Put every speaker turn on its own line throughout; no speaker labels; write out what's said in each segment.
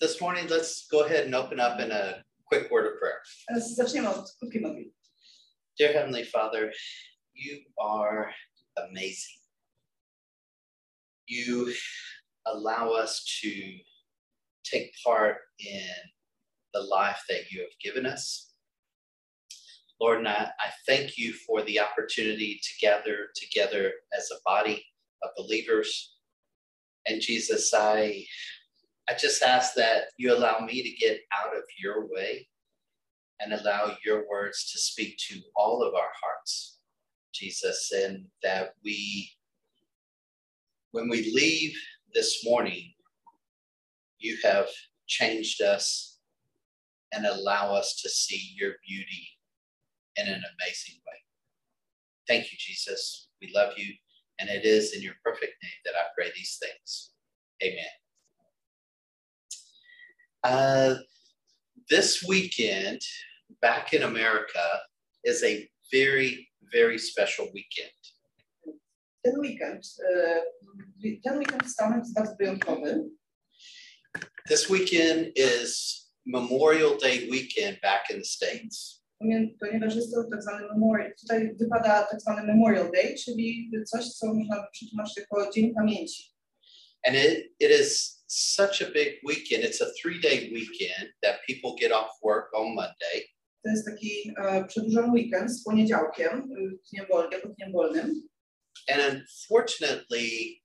this morning, let's go ahead and open up in a quick word of prayer.
Zaczniemy od krótkiej modlitwy.
Dear Heavenly Father, you are amazing. You allow us to take part in the life that you have given us. Lord, and I, I thank you for the opportunity to gather together as a body of believers. And Jesus, I, I just ask that you allow me to get out of your way and allow your words to speak to all of our hearts, Jesus, and that we, when we leave this morning, you have changed us and allow us to see your beauty in an amazing way. Thank you, Jesus. We love you. And it is in your perfect name that I pray these things. Amen. Uh, this weekend, back in America is a very, very special weekend.
Ten weekend, e, ten weekend w Stanach jest bardzo wyjątkowy.
This weekend is Memorial Day weekend back in the States.
Pamię- Ponieważ jest to tak zwany memorial, tutaj wypada tak zwany Memorial Day, czyli coś, co można przetłumaczyć jako Dzień Pamięci.
And it, it is such a big weekend. It's a three day weekend that people get off work on Monday.
To jest taki e, przedłużony weekend z poniedziałkiem, e, dniem wolnym, jako dniem wolnym.
And unfortunately,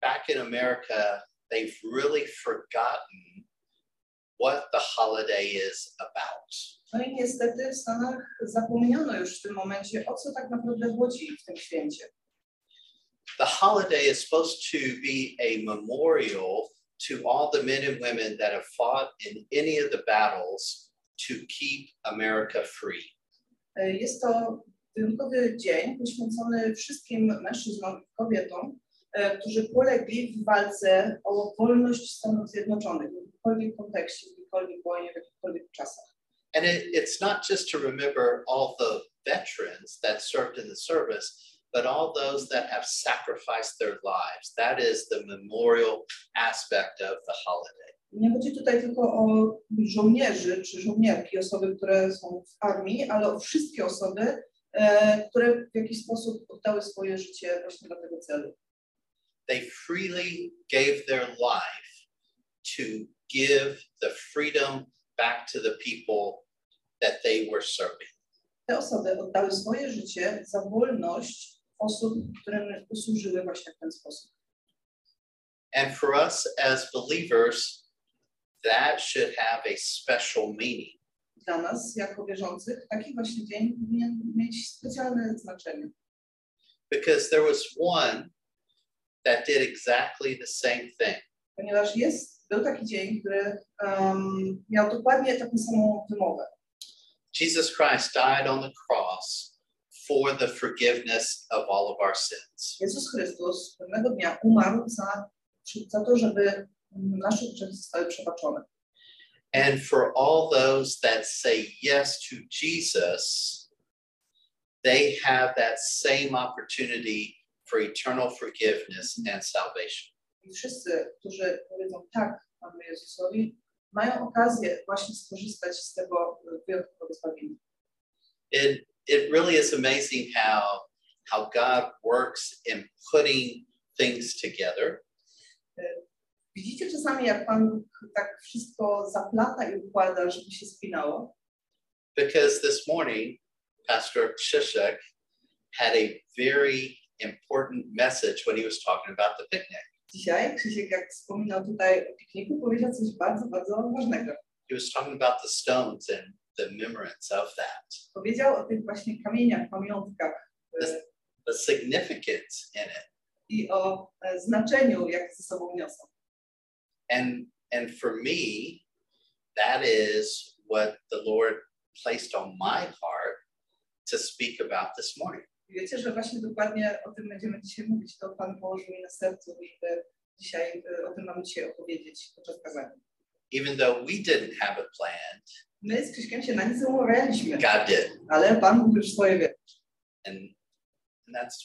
back in America, they've really forgotten what the holiday is about.
No i niestety w Stanach zapomniano już w tym momencie, o co tak naprawdę chodzi w tym święcie.
the holiday is supposed to be a memorial to all the men and women that have fought in any of the battles to keep America free.
E, Jest to wyjątkowy dzień poświęcony wszystkim mężczyznom i kobietom, e, którzy polegli w walce o wolność Stanów Zjednoczonych w jakimkolwiek kontekście, w jakiejkolwiek wojnie, w jakichkolwiek czasach.
And it, it's not just to remember all the veterans that served in the service, but all those that have sacrificed their lives. That is the memorial aspect of the holiday.
Nie chodzi tutaj tylko o żołnierzy czy żołnierki, osoby, które są w armii, ale o wszystkie osoby, e, które w jakiś sposób oddały swoje życie właśnie dla tego celu.
They freely gave their life to give the freedom back to the people that they were serving.
Te osoby oddały swoje życie za wolność osób, którym usłużyły właśnie w ten sposób.
And for us as believers, that should have a special meaning.
Dla nas, jako wierzących, taki właśnie dzień powinien mieć specjalne znaczenie.
because there was one that did exactly the same thing.
Ponieważ jest, był taki dzień, który em, miał dokładnie taką samą wymowę.
Jesus Christ died on the cross for the forgiveness of all of our sins.
Jezus Chrystus pewnego dnia umarł za, za to, żeby nasze grzechy zostały przebaczone.
And for all those that say yes to Jesus, they have that same opportunity for eternal forgiveness and salvation.
I wszyscy, którzy powiedzą tak Panu Jezusowi, mają okazję właśnie skorzystać z tego wyjątkowego zbawienia.
it it really is amazing how how God works in putting things together.
Widzicie czasami, jak Pan Bóg tak wszystko zaplata i układa, żeby się spinało?
Because this morning, Pastor Shishak had a very important message when he was talking about the picnic.
Dzisiaj Krzysiek, jak wspominał tutaj o pikniku, powiedział coś bardzo, bardzo ważnego.
He was talking about the stones and the remembrance of that,
Powiedział o tych właśnie kamieniach, pamiątkach e,
the significance in it.
i o e, znaczeniu, jak ze sobą niosą.
And and for me, that is what the Lord placed on my heart to speak about this morning.
I Wiecie, że właśnie dokładnie o tym będziemy dzisiaj mówić. To Pan położył mi na sercu, żeby dzisiaj e, o tym mamy dzisiaj opowiedzieć podczas kazania.
even though we didn't have it planned,
My z Krzyśkiem się na nic nie umawialiśmy,
God did.
ale Pan Bóg już swoje wie.
And, and that's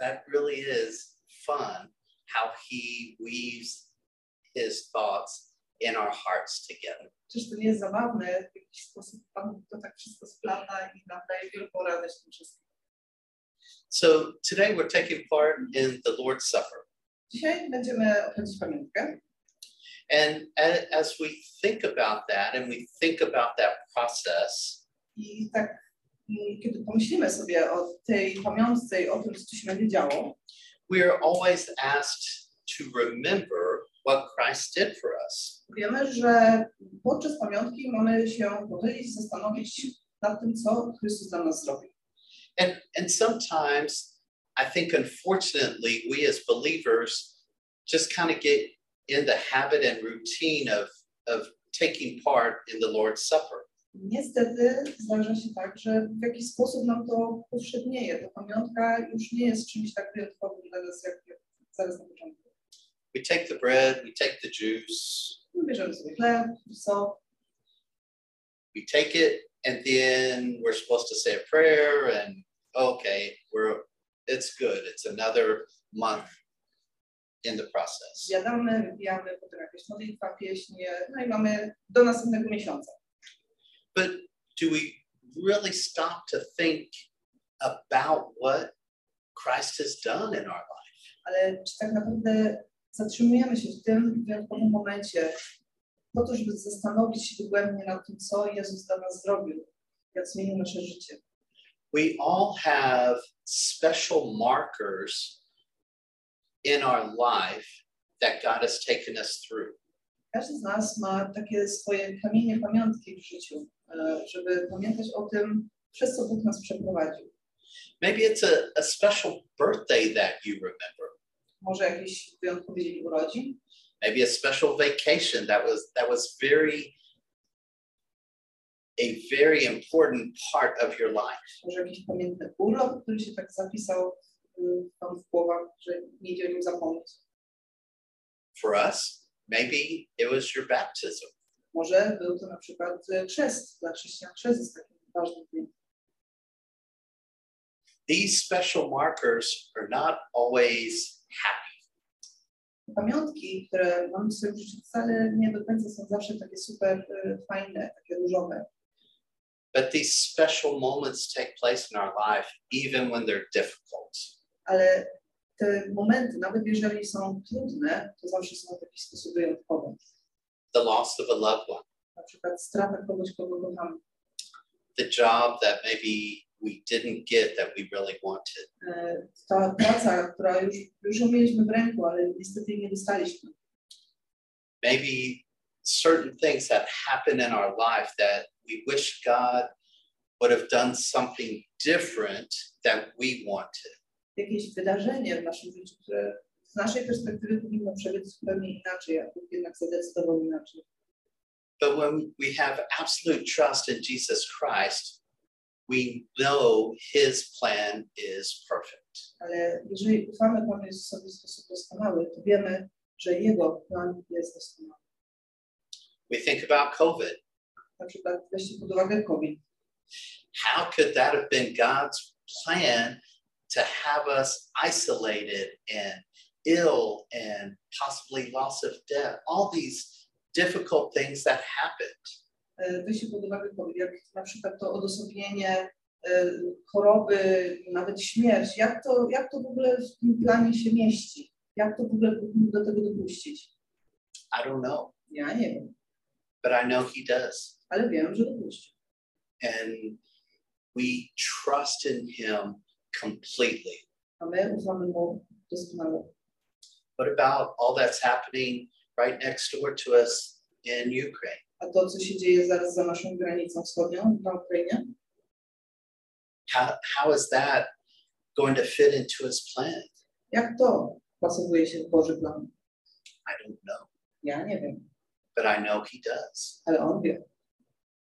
that really is fun how he weaves his thoughts in our hearts together.
Czyż to nie jest zabawne? W jakiś sposób Pan Bóg to tak wszystko splata i nam daje wielką radość tym wszystkim.
So today we're taking part in the Lord's Supper.
Dzisiaj będziemy obchodzić pamiątkę
And a- as we think about that and we think about that process,
i tak mm, kiedy pomyślimy sobie o tej pamiątce i o tym, co tu się będzie działo,
we are always asked to remember what Christ did for us.
wiemy, że podczas pamiątki mamy się pochylić, zastanowić nad tym, co Chrystus dla nas zrobił.
And, and sometimes I think, unfortunately, we as believers just kind of get in the habit and routine of, of taking part in the Lord's Supper.
Niestety zdarza się tak, że w jakiś sposób nam to powszednieje. Ta pamiątka już nie jest czymś tak wyjątkowym dla nas, jak jak zaraz na początku.
We take the bread, we take the juice,
My bierzemy sobie chleb, so
we take it, and then we're supposed to say a prayer, and okay, we're it's good. It's another month in the process.
zjadamy, wypijamy, potem jakaś modlitwa, pieśnie, no i mamy do następnego miesiąca.
But do we really stop to think about what Christ has done in our life?
Ale czy tak naprawdę zatrzymujemy się w tym wyjątkowym momencie po to, żeby zastanowić się dogłębnie nad tym, co Jezus dla nas zrobił, jak zmienił nasze życie.
We all have special markers in our life that God has taken us through.
Każdy z nas ma takie swoje kamienie pamiątki w życiu, e, żeby pamiętać o tym, przez co Bóg nas przeprowadził.
Maybe it's a, a special birthday that you remember.
Może jakiś wyjątkowy dzień urodzin,
Maybe a special vacation that was that was very a very important part of your life.
może jakiś pamiętny urlop, który się tak zapisał y, tam w głowach, że nie idzie o nim zapomnieć.
For us, maybe it was your baptism.
Może był to na przykład y, chrzest, dla chrześcijan chrzest jest takim ważnym dniem.
these special markers are not always happy.
Pamiątki, które mamy w swoim życiu, wcale nie do końca są zawsze takie super y, fajne, takie różowe.
But these special moments take place in our life, even when they're difficult.
ale te momenty, nawet jeżeli są trudne, to zawsze są w jakiś sposób wyjątkowe.
The loss of a loved one,
Na przykład strata kogoś, kogo kochamy,
the job that maybe we didn't get that we really wanted,
E, ta praca, która już, już ją mieliśmy w ręku, ale niestety jej nie dostaliśmy.
maybe certain things that happen in our life that we wish God would have done something different that we wanted.
Jakieś wydarzenie w naszym życiu, które z naszej perspektywy powinno przebiec zupełnie inaczej, a Bóg jednak zadecydował inaczej.
But when we have absolute trust in Jesus Christ, we know his plan is perfect.
Ale jeżeli ufamy Panu Jezusowi w sposób doskonały, to wiemy, że Jego plan jest doskonały.
We think about COVID.
Na przykład weźcie pod uwagę COVID.
How could that have been God's plan to have us isolated and ill and possibly loss of death? All these difficult things that happened.
e, weźcie pod uwagę COVID, jak na przykład to odosobnienie e, choroby, nawet śmierć, jak to, jak to w ogóle w tym planie się mieści? Jak to w ogóle powinno do tego dopuścić?
I don't know,
Ja nie wiem,
but I know he does.
ale wiem, że dopuścił.
And we trust in him completely.
A my ufamy mu doskonale.
What about all that's happening right next door to us in Ukraine?
A to, co się dzieje zaraz za naszą granicą wschodnią, na Ukrainie,
How, how is that going to fit into his plan?
jak to pasowuje się w Boży plan?
I don't know,
Ja nie wiem,
but I know he does.
ale on wie,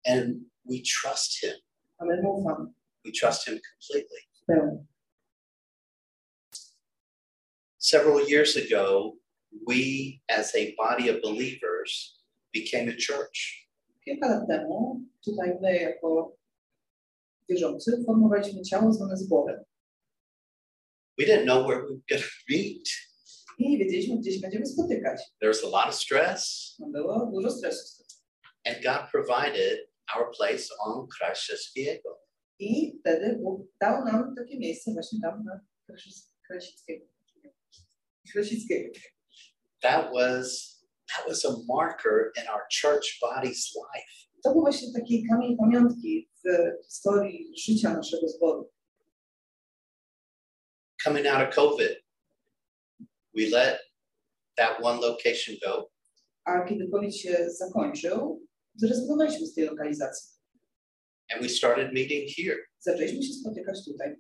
And we trust him.
a my mu ufamy
We trust him completely.
w pełni.
Several years ago, we as a body of believers became a church.
Kilka lat temu, tutaj my jako wierzący, formowaliśmy ciało zwane z Bogiem.
We didn't know where we were going to meet.
i nie wiedzieliśmy, gdzie się będziemy spotykać.
There was a lot of stress,
No, było dużo stresu. z tym.
and God provided our place on Crashes Diego.
I wtedy Bóg dał nam takie miejsce właśnie tam na Krasi- Krasickiego. Krasickiego.
That was that was a marker in our church body's life.
To był właśnie taki kamień pamiątki w historii życia naszego zboru.
Coming out of COVID, we let that one location go.
A kiedy COVID się zakończył, zrezygnowaliśmy z tej lokalizacji.
and we started meeting here.
Zaczęliśmy się spotykać tutaj.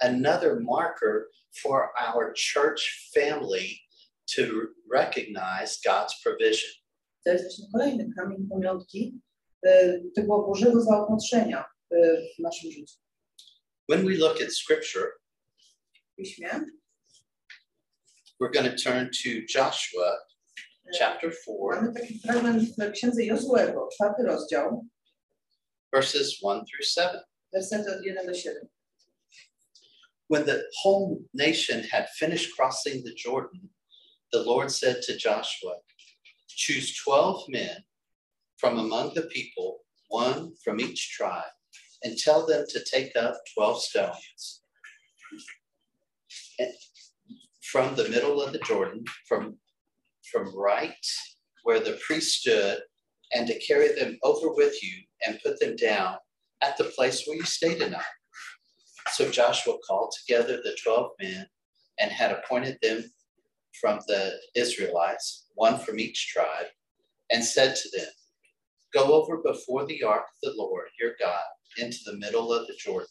Another marker for our church family to recognize God's provision.
To jest właśnie kolejny kamień pamiątki e, tego Bożego zaopatrzenia e, w naszym życiu.
When we look at scripture,
W Piśmie.
we're going to turn to Joshua
e,
chapter 4,
Mamy taki fragment w Księdze Jozłego, czwarty rozdział,
verses 1 through 7.
wersety od 1 do 7.
When the whole nation had finished crossing the Jordan, the Lord said to Joshua, Choose 12 men from among the people, one from each tribe, and tell them to take up 12 stones and- from the middle of the Jordan, from, from right where the priest stood, and to carry them over with you and put them down at the place where you stay tonight. So Joshua called together the 12 men and had appointed them from the Israelites, one from each tribe, and said to them, Go over before the ark of the Lord your God into the middle of the Jordan.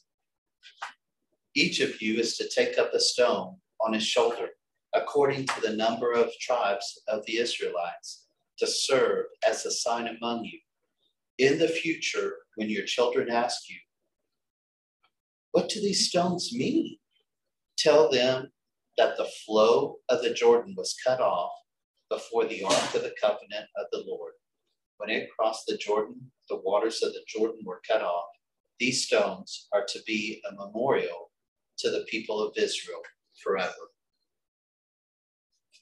Each of you is to take up a stone on his shoulder, according to the number of tribes of the Israelites, to serve as a sign among you. In the future, when your children ask you, what do these stones mean? Tell them that the flow of the Jordan was cut off before the ark of the covenant of the Lord. When it crossed the Jordan, the waters of the Jordan were cut off. These stones are to be a memorial to the people of Israel forever.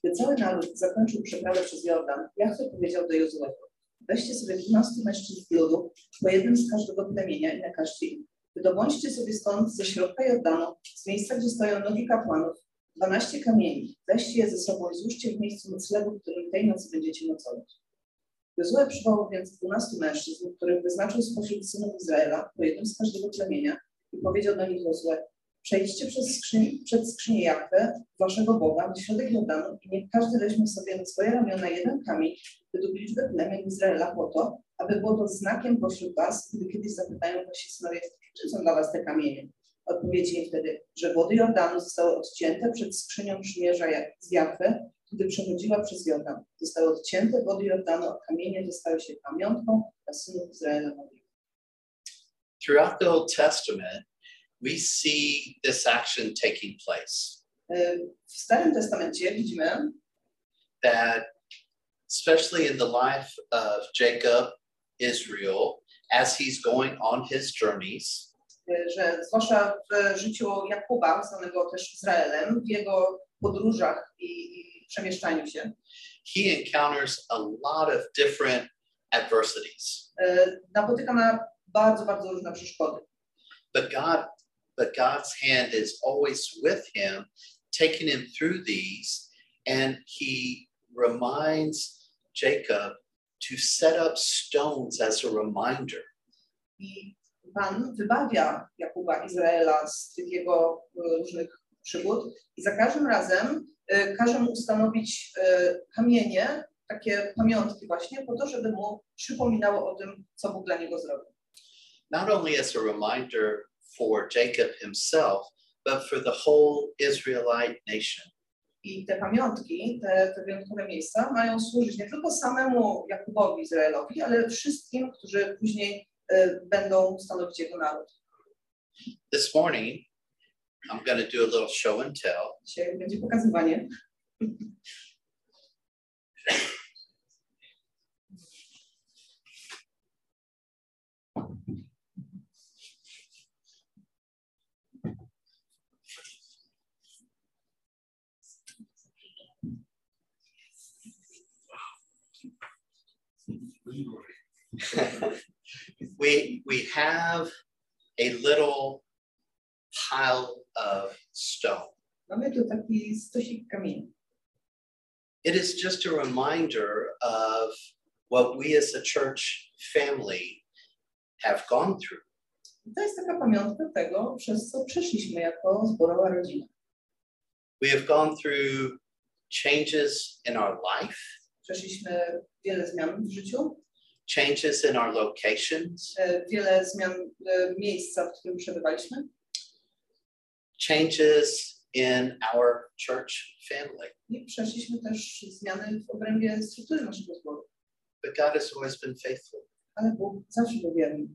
Gdy cały naród zakończył przeprawę przez Jordan, Jachwę powiedział do Jozłego, weźcie sobie 12 mężczyzn z ludu, po jednym z każdego plemienia i nakażcie im. Wydobądźcie sobie stąd ze środka Jordanu, z miejsca, gdzie stoją nogi kapłanów, 12 kamieni. Weźcie je ze sobą i złóżcie w miejscu noclegu, w którym tej nocy będziecie nocować. Jozue przywołał więc 12 mężczyzn, których wyznaczył spośród synów Izraela, po jednym z każdego plemienia i powiedział do nich Jozue, Przejdźcie przez skrzyń, przed skrzynię Jakwe, waszego Boga, w środek Jordanu i niech każdy weźmie sobie na swoje ramiona jeden kamień według liczby plemion Izraela po to, aby było to znakiem pośród was, gdy kiedyś zapytają wasi synowie, czym są dla was te kamienie. Odpowiedzcie im wtedy, że wody Jordanu zostały odcięte przed skrzynią przymierza Jak- z Jakwe, gdy przechodziła przez Jordan. Zostały odcięte wody Jordanu, a kamienie zostały się pamiątką dla synów Izraela. na wieki.
Throughout the Old Testament, we see this action taking place
Y, W Starym Testamencie widzimy,
that, especially in the life of Jacob, Israel, as he's going on his journeys,
y, że zwłaszcza w życiu Jakuba, znanego też Izraelem, w jego podróżach i i przemieszczaniu się,
he encounters a lot of different adversities
e, napotyka na bardzo, bardzo różne przeszkody.
but god but god's hand is always with him taking him through these and he reminds jacob to set up stones as a reminder
I Pan wybawia Jakuba, Izraela z tych jego e, różnych przygód i za każdym razem e, każe mu ustanowić e, kamienie, takie pamiątki właśnie, po to, żeby mu przypominało o tym, co Bóg dla niego zrobił.
not only as a reminder for jacob himself but for the whole israelite nation
I te pamiątki, te, te wyjątkowe miejsca mają służyć nie tylko samemu Jakubowi Izraelowi, ale wszystkim, którzy później e, będą stanowić jego naród.
this morning i'm going to do a little show and tell
Dzisiaj będzie pokazywanie.
we we have a little pile of stone.
Mamy tu taki stosik kamieni.
It is just a reminder of what we as a church family have gone through.
To jest taka pamiątka tego, przez co przeszliśmy jako zborowa rodzina.
We have gone through changes in our life,
Przeszliśmy wiele zmian w życiu,
changes in our locations,
e, wiele zmian e, miejsca, w którym przebywaliśmy,
changes in our church family.
i przeszliśmy też zmiany w obrębie struktury naszego zboru.
But God has always been faithful,
Ale Bóg zawsze był wierny.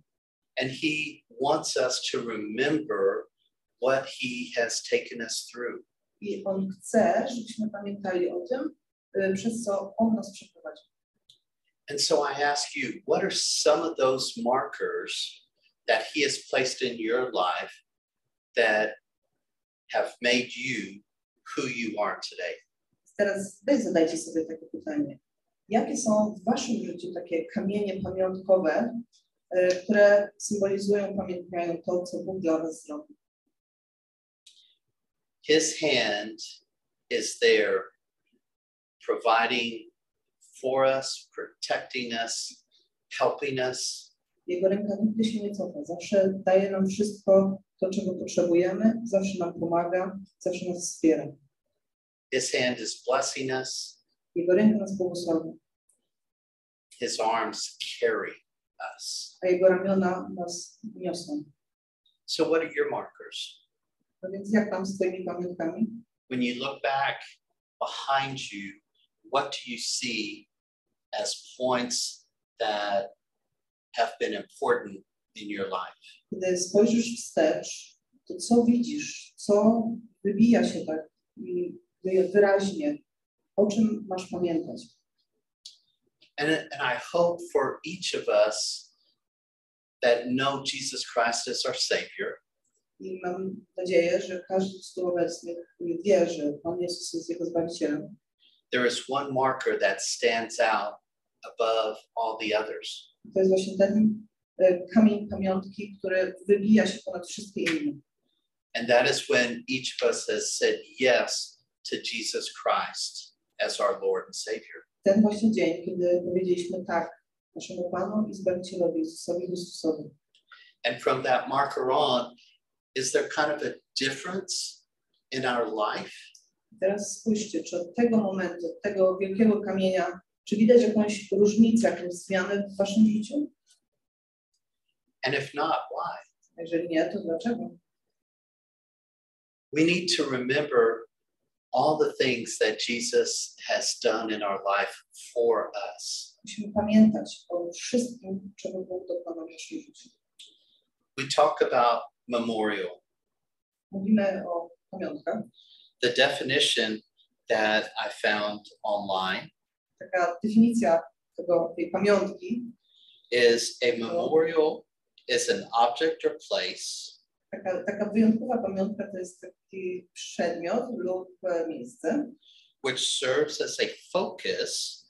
and He wants us to remember what He has taken us through.
I On chce, żebyśmy pamiętali o tym, y, przez co On nas przeprowadził.
And so I ask you, what are some of those markers that He has placed in your life that have made you who you are today?
Teraz wy zadajcie sobie takie pytanie. Jakie są w waszym życiu takie kamienie pamiątkowe, y, które symbolizują, pamiętają to, co Bóg dla nas zrobił?
His hand is there providing for us, protecting us, helping us.
Jego ręka nigdy się nie cofa. Zawsze daje nam wszystko to, czego potrzebujemy. Zawsze nam pomaga, zawsze nas wspiera.
His hand is blessing us.
Jego ręka nas błogosławi,
His arms carry us.
a Jego ramiona nas niosą.
So, what are your markers?
No więc jak tam z tymi pamiątkami?
When you look back behind you, what do you see as points that have been important in your life?
Kiedy spojrzysz wstecz, to co widzisz? Co wybija się tak mm, wy- wyraźnie? O czym masz pamiętać?
And, and I hope for each of us that know Jesus Christ as our Savior,
I mam nadzieję, że każdy z tu obecnych wie, że Pan Jezus jest Jego Zbawicielem.
there is one marker that stands out above all the others.
To jest właśnie ten e, kamień pamiątki, który wybija się ponad wszystkie inne.
And that is when each of us has said yes to Jesus Christ as our Lord and Savior.
Ten właśnie dzień, kiedy powiedzieliśmy tak naszemu Panu i Zbawicielowi Jezusowi Chrystusowi.
And from that marker on, is there kind of a difference in our life?
Teraz spójrzcie, czy od tego momentu, od tego wielkiego kamienia, czy widać jakąś różnicę, jakąś zmianę w waszym życiu?
And if not, why?
A Jeżeli nie, to dlaczego?
We need to remember all the things that Jesus has done in our life for us.
Musimy pamiętać o wszystkim, czego Bóg dokonał w naszym życiu.
We talk about memorial.
Mówimy o pamiątkach.
The definition that I found online
Taka definicja tego, tej pamiątki,
is a memorial is an object or place
taka, taka wyjątkowa pamiątka to jest taki przedmiot lub e, miejsce,
which serves as a focus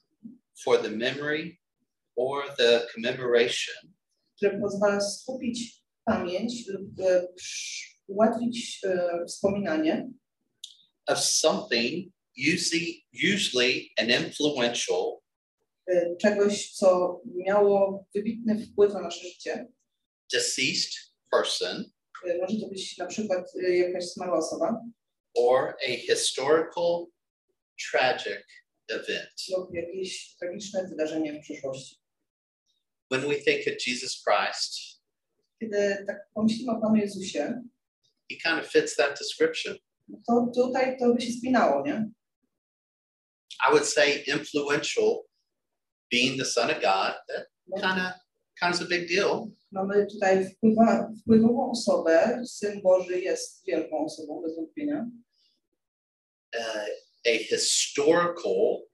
for the memory or the commemoration
które pozwala skupić pamięć lub e, przy- ułatwić e, wspominanie
of something usually, usually an influential
y, czegoś, co miało wybitny wpływ na nasze życie.
deceased person
Y, Może to być na przykład y, jakaś zmarła osoba
or a historical tragic event.
lub jakieś tragiczne wydarzenie w przyszłości.
When we think of Jesus Christ,
Kiedy tak pomyślimy o Panu Jezusie,
he kind of fits that description.
no to tutaj to by się spinało, nie?
I would say influential being the son of God, that
No,
kind of kind of a big deal.
Mamy tutaj wpływa, wpływową osobę, Syn Boży jest wielką osobą, bez wątpienia.
uh, a historical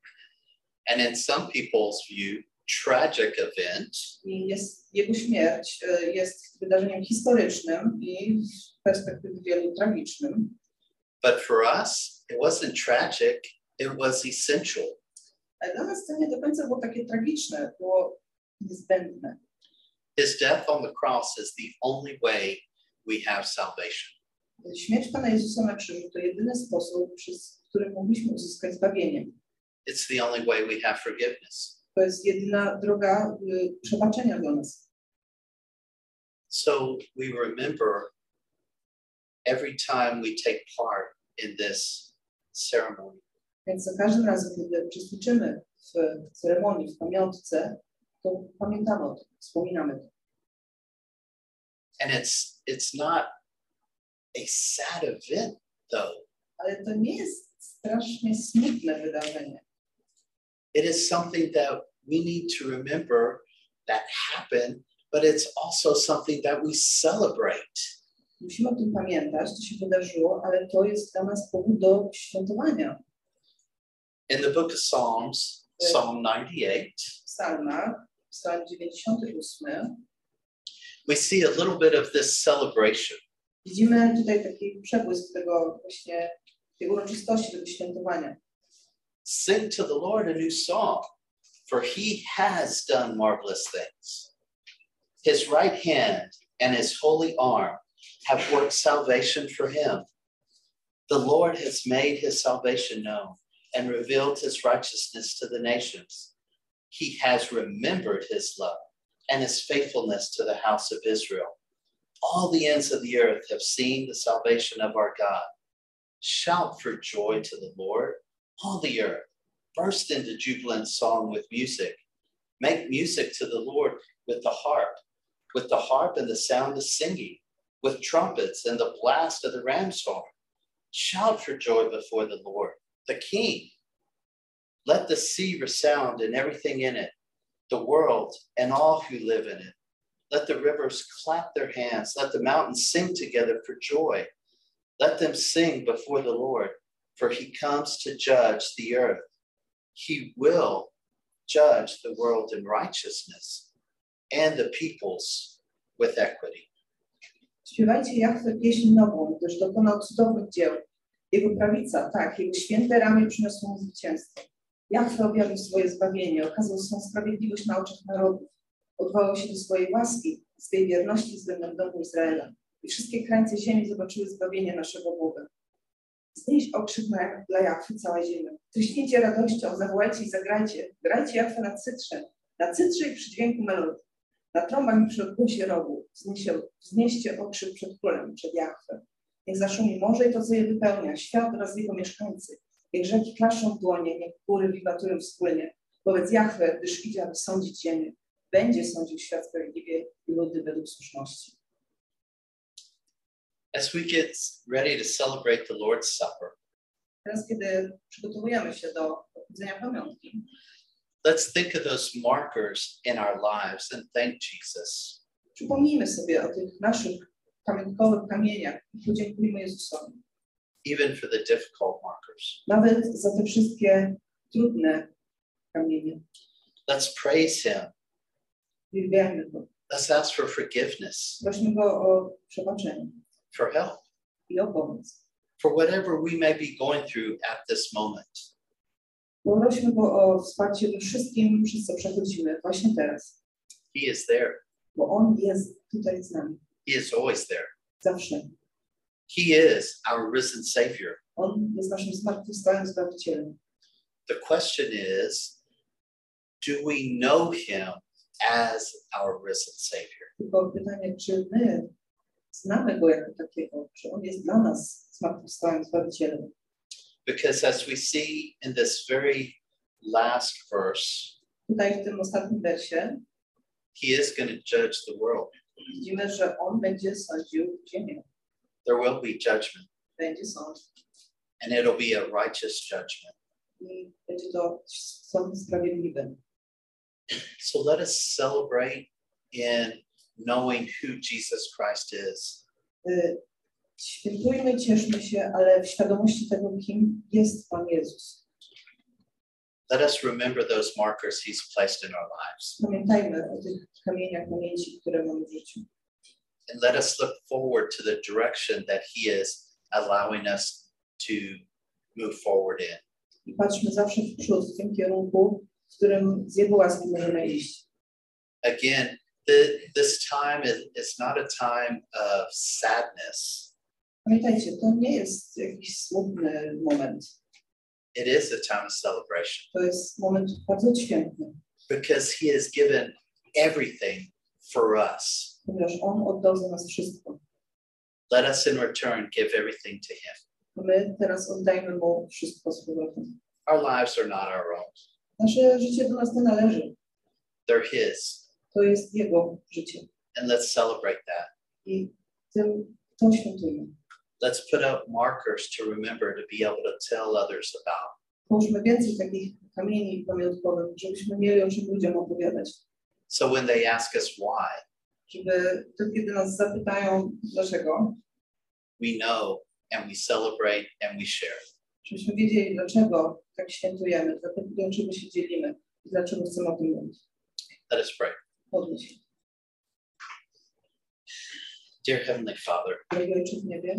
and in some people's view tragic event
I jest, jego śmierć y, jest wydarzeniem historycznym i z perspektywy wielu tragicznym.
but for us it wasn't tragic it was essential
Ale dla nas to nie do końca było takie tragiczne, było niezbędne.
His death on the cross is the only way we have salvation.
Śmierć Pana Jezusa na krzyżu to jedyny sposób, przez który mogliśmy uzyskać zbawienie.
It's the only way we have forgiveness.
To jest jedyna droga y, przebaczenia dla nas.
So we remember every time we take part in this ceremony
Więc za każdym razem, kiedy uczestniczymy w ceremonii, w pamiątce, to pamiętamy o tym, wspominamy to.
and it's it's not a sad event though
Ale to nie jest strasznie smutne wydarzenie.
it is something that we need to remember that happened but it's also something that we celebrate
Musimy o tym pamiętać, co się wydarzyło, ale to jest dla nas powód do świętowania.
in the book of psalms
Yeah.
psalm 98
W psalmach, psalm 98,
we see a little bit of this celebration
widzimy tutaj taki przebłysk tego właśnie, tej uroczystości, tego świętowania.
sing to the lord a new song for he has done marvelous things his right hand and his holy arm have worked salvation for him the lord has made his salvation known and revealed his righteousness to the nations he has remembered his love and his faithfulness to the house of israel all the ends of the earth have seen the salvation of our god shout for joy to the lord all the earth. Burst into jubilant song with music. Make music to the Lord with the harp, with the harp and the sound of singing, with trumpets and the blast of the ram's horn. Shout for joy before the Lord, the King. Let the sea resound and everything in it, the world and all who live in it. Let the rivers clap their hands. Let the mountains sing together for joy. Let them sing before the Lord for he comes to judge the earth. He will judge the world in righteousness and the peoples with equity.
Śpiewajcie Jachwę pieśń nową, gdyż dokonał cudownych dzieł. Jego prawica, tak, jego święte ramię przyniosło mu zwycięstwo. Jachwę objawił swoje zbawienie, okazał swą sprawiedliwość na oczach narodów. Odwołał się do swojej łaski, swej wierności względem domu Izraela. I wszystkie krańce ziemi zobaczyły zbawienie naszego Boga. Znieś okrzyk na, dla Jachwy cała ziemia. Tryśnijcie radością, zawołajcie i zagrajcie. Grajcie Jachwę na cytrze, na cytrze i przy dźwięku melodii. Na trąbach i przy odgłosie rogu wzniesie, wznieście okrzyk przed królem, przed Jachwę. Niech zaszumi morze i to, co je wypełnia, świat oraz jego mieszkańcy. Niech rzeki klaszą w dłonie, niech góry wibratują w spłynie. Wobec Jachwę, gdyż idzie, aby sądzić ziemię. Będzie sądził świat sprawiedliwie i ludy według słuszności.
As we get ready to celebrate the Lord's Supper,
Teraz, kiedy przygotowujemy się do obchodzenia pamiątki,
let's think of those markers in our lives and thank Jesus.
przypomnijmy sobie o tych naszych pamiątkowych kamieniach i podziękujmy Jezusowi.
Even for the difficult markers,
Nawet za te wszystkie trudne kamienie.
let's praise Him.
Uwielbiajmy go.
Let's ask for forgiveness,
Prośmy go o przebaczenie
for help,
i o pomoc.
for whatever we may be going through at this moment.
Poprośmy go o wsparcie we wszystkim, przez co przechodzimy właśnie teraz,
He is there,
bo on jest tutaj z nami
He is always there.
zawsze.
He is our risen Savior.
On jest naszym zmartwychwstałym Zbawicielem.
The question is do we know Him as our risen Savior?
Tylko pytanie, czy my znamy go jako takiego, czy on jest dla nas zmartwychwstałym Zbawicielem?
Because as we see in this very last verse,
Tutaj w tym ostatnim wersie
He is going to judge the world.
widzimy, że on będzie sądził ziemię,
There will be judgment,
będzie sąd
and it'll be a righteous judgment.
i będzie to sąd sprawiedliwy.
So let us celebrate in knowing who Jesus Christ is.
Y, Świętujmy, cieszmy się, ale w świadomości tego, kim jest Pan Jezus.
Let us remember those markers He's placed in our lives,
Pamiętajmy o tych kamieniach pamięci, które mamy w życiu.
and let us look forward to the direction that He is allowing us to move forward in.
I patrzmy zawsze w przód, w tym kierunku, w którym z Jego łaski możemy iść.
Again, the, this time is it's not a time of sadness.
Pamiętajcie, to nie jest jakiś smutny moment.
It is a time of celebration
To jest moment bardzo świętny,
because He has given everything for us.
ponieważ On oddał za nas wszystko.
Let us in return give everything to Him.
My teraz oddajmy Mu wszystko z powrotem.
Our lives are not our own,
Nasze życie do nas nie należy.
they're His.
To jest Jego życie.
And let's celebrate that.
I tym, to świętujmy.
Let's put up markers to remember to be able to tell others about.
Połóżmy więcej takich kamieni pamiątkowych, żebyśmy mieli o czym ludziom opowiadać.
So when they ask us why,
Żeby to, kiedy nas zapytają dlaczego,
we know and we celebrate and we share.
żebyśmy wiedzieli dlaczego tak świętujemy, dlaczego- dlaczego się dzielimy i dlaczego chcemy o tym mówić.
Let us pray.
Modlę się.
Dear Heavenly Father,
Drogi Ojcze w niebie,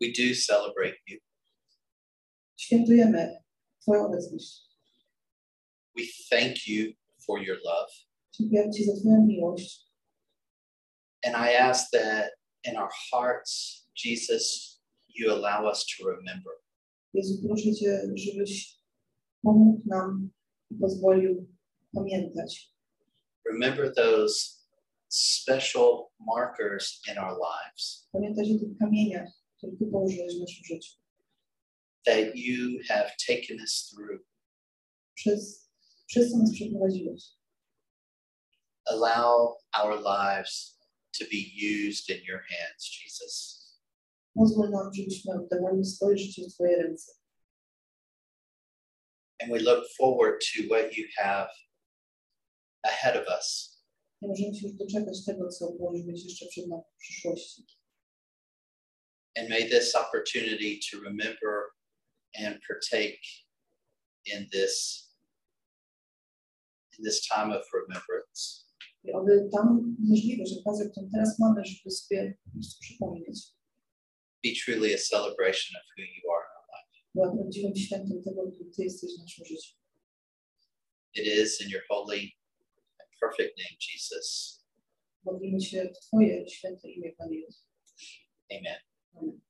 we do celebrate you.
świętujemy Twoją obecność.
We thank you for your love.
Dziękujemy Ci za Twoją miłość.
And I ask that in our hearts, Jesus, you allow us to remember.
Jezu, proszę Cię, żebyś pomógł nam i pozwolił pamiętać.
Remember those special markers in our lives
Pamiętać o tych kamieniach, które Ty położyłeś w naszym życiu.
that you have taken us through.
przez, przez co nas przeprowadziłeś.
Allow our lives to be used in your hands, Jesus.
Pozwól nam, żebyśmy oddawali swoje życie w Twoje ręce.
And we look forward to what you have ahead of us.
Nie możemy się już doczekać tego, co położyłeś jeszcze przed nami w przyszłości.
And may this opportunity to remember and partake in this in this time of remembrance
I oby tam możliwość, okazję, którą teraz mamy, żeby sobie po prostu przypomnieć,
be truly a celebration of who you are.
była prawdziwym świętem tego, kim Ty jesteś w naszym życiu.
It is in your holy and perfect name, Jesus.
Modlimy się w Twoje święte imię, Panie Jezu.
Amen.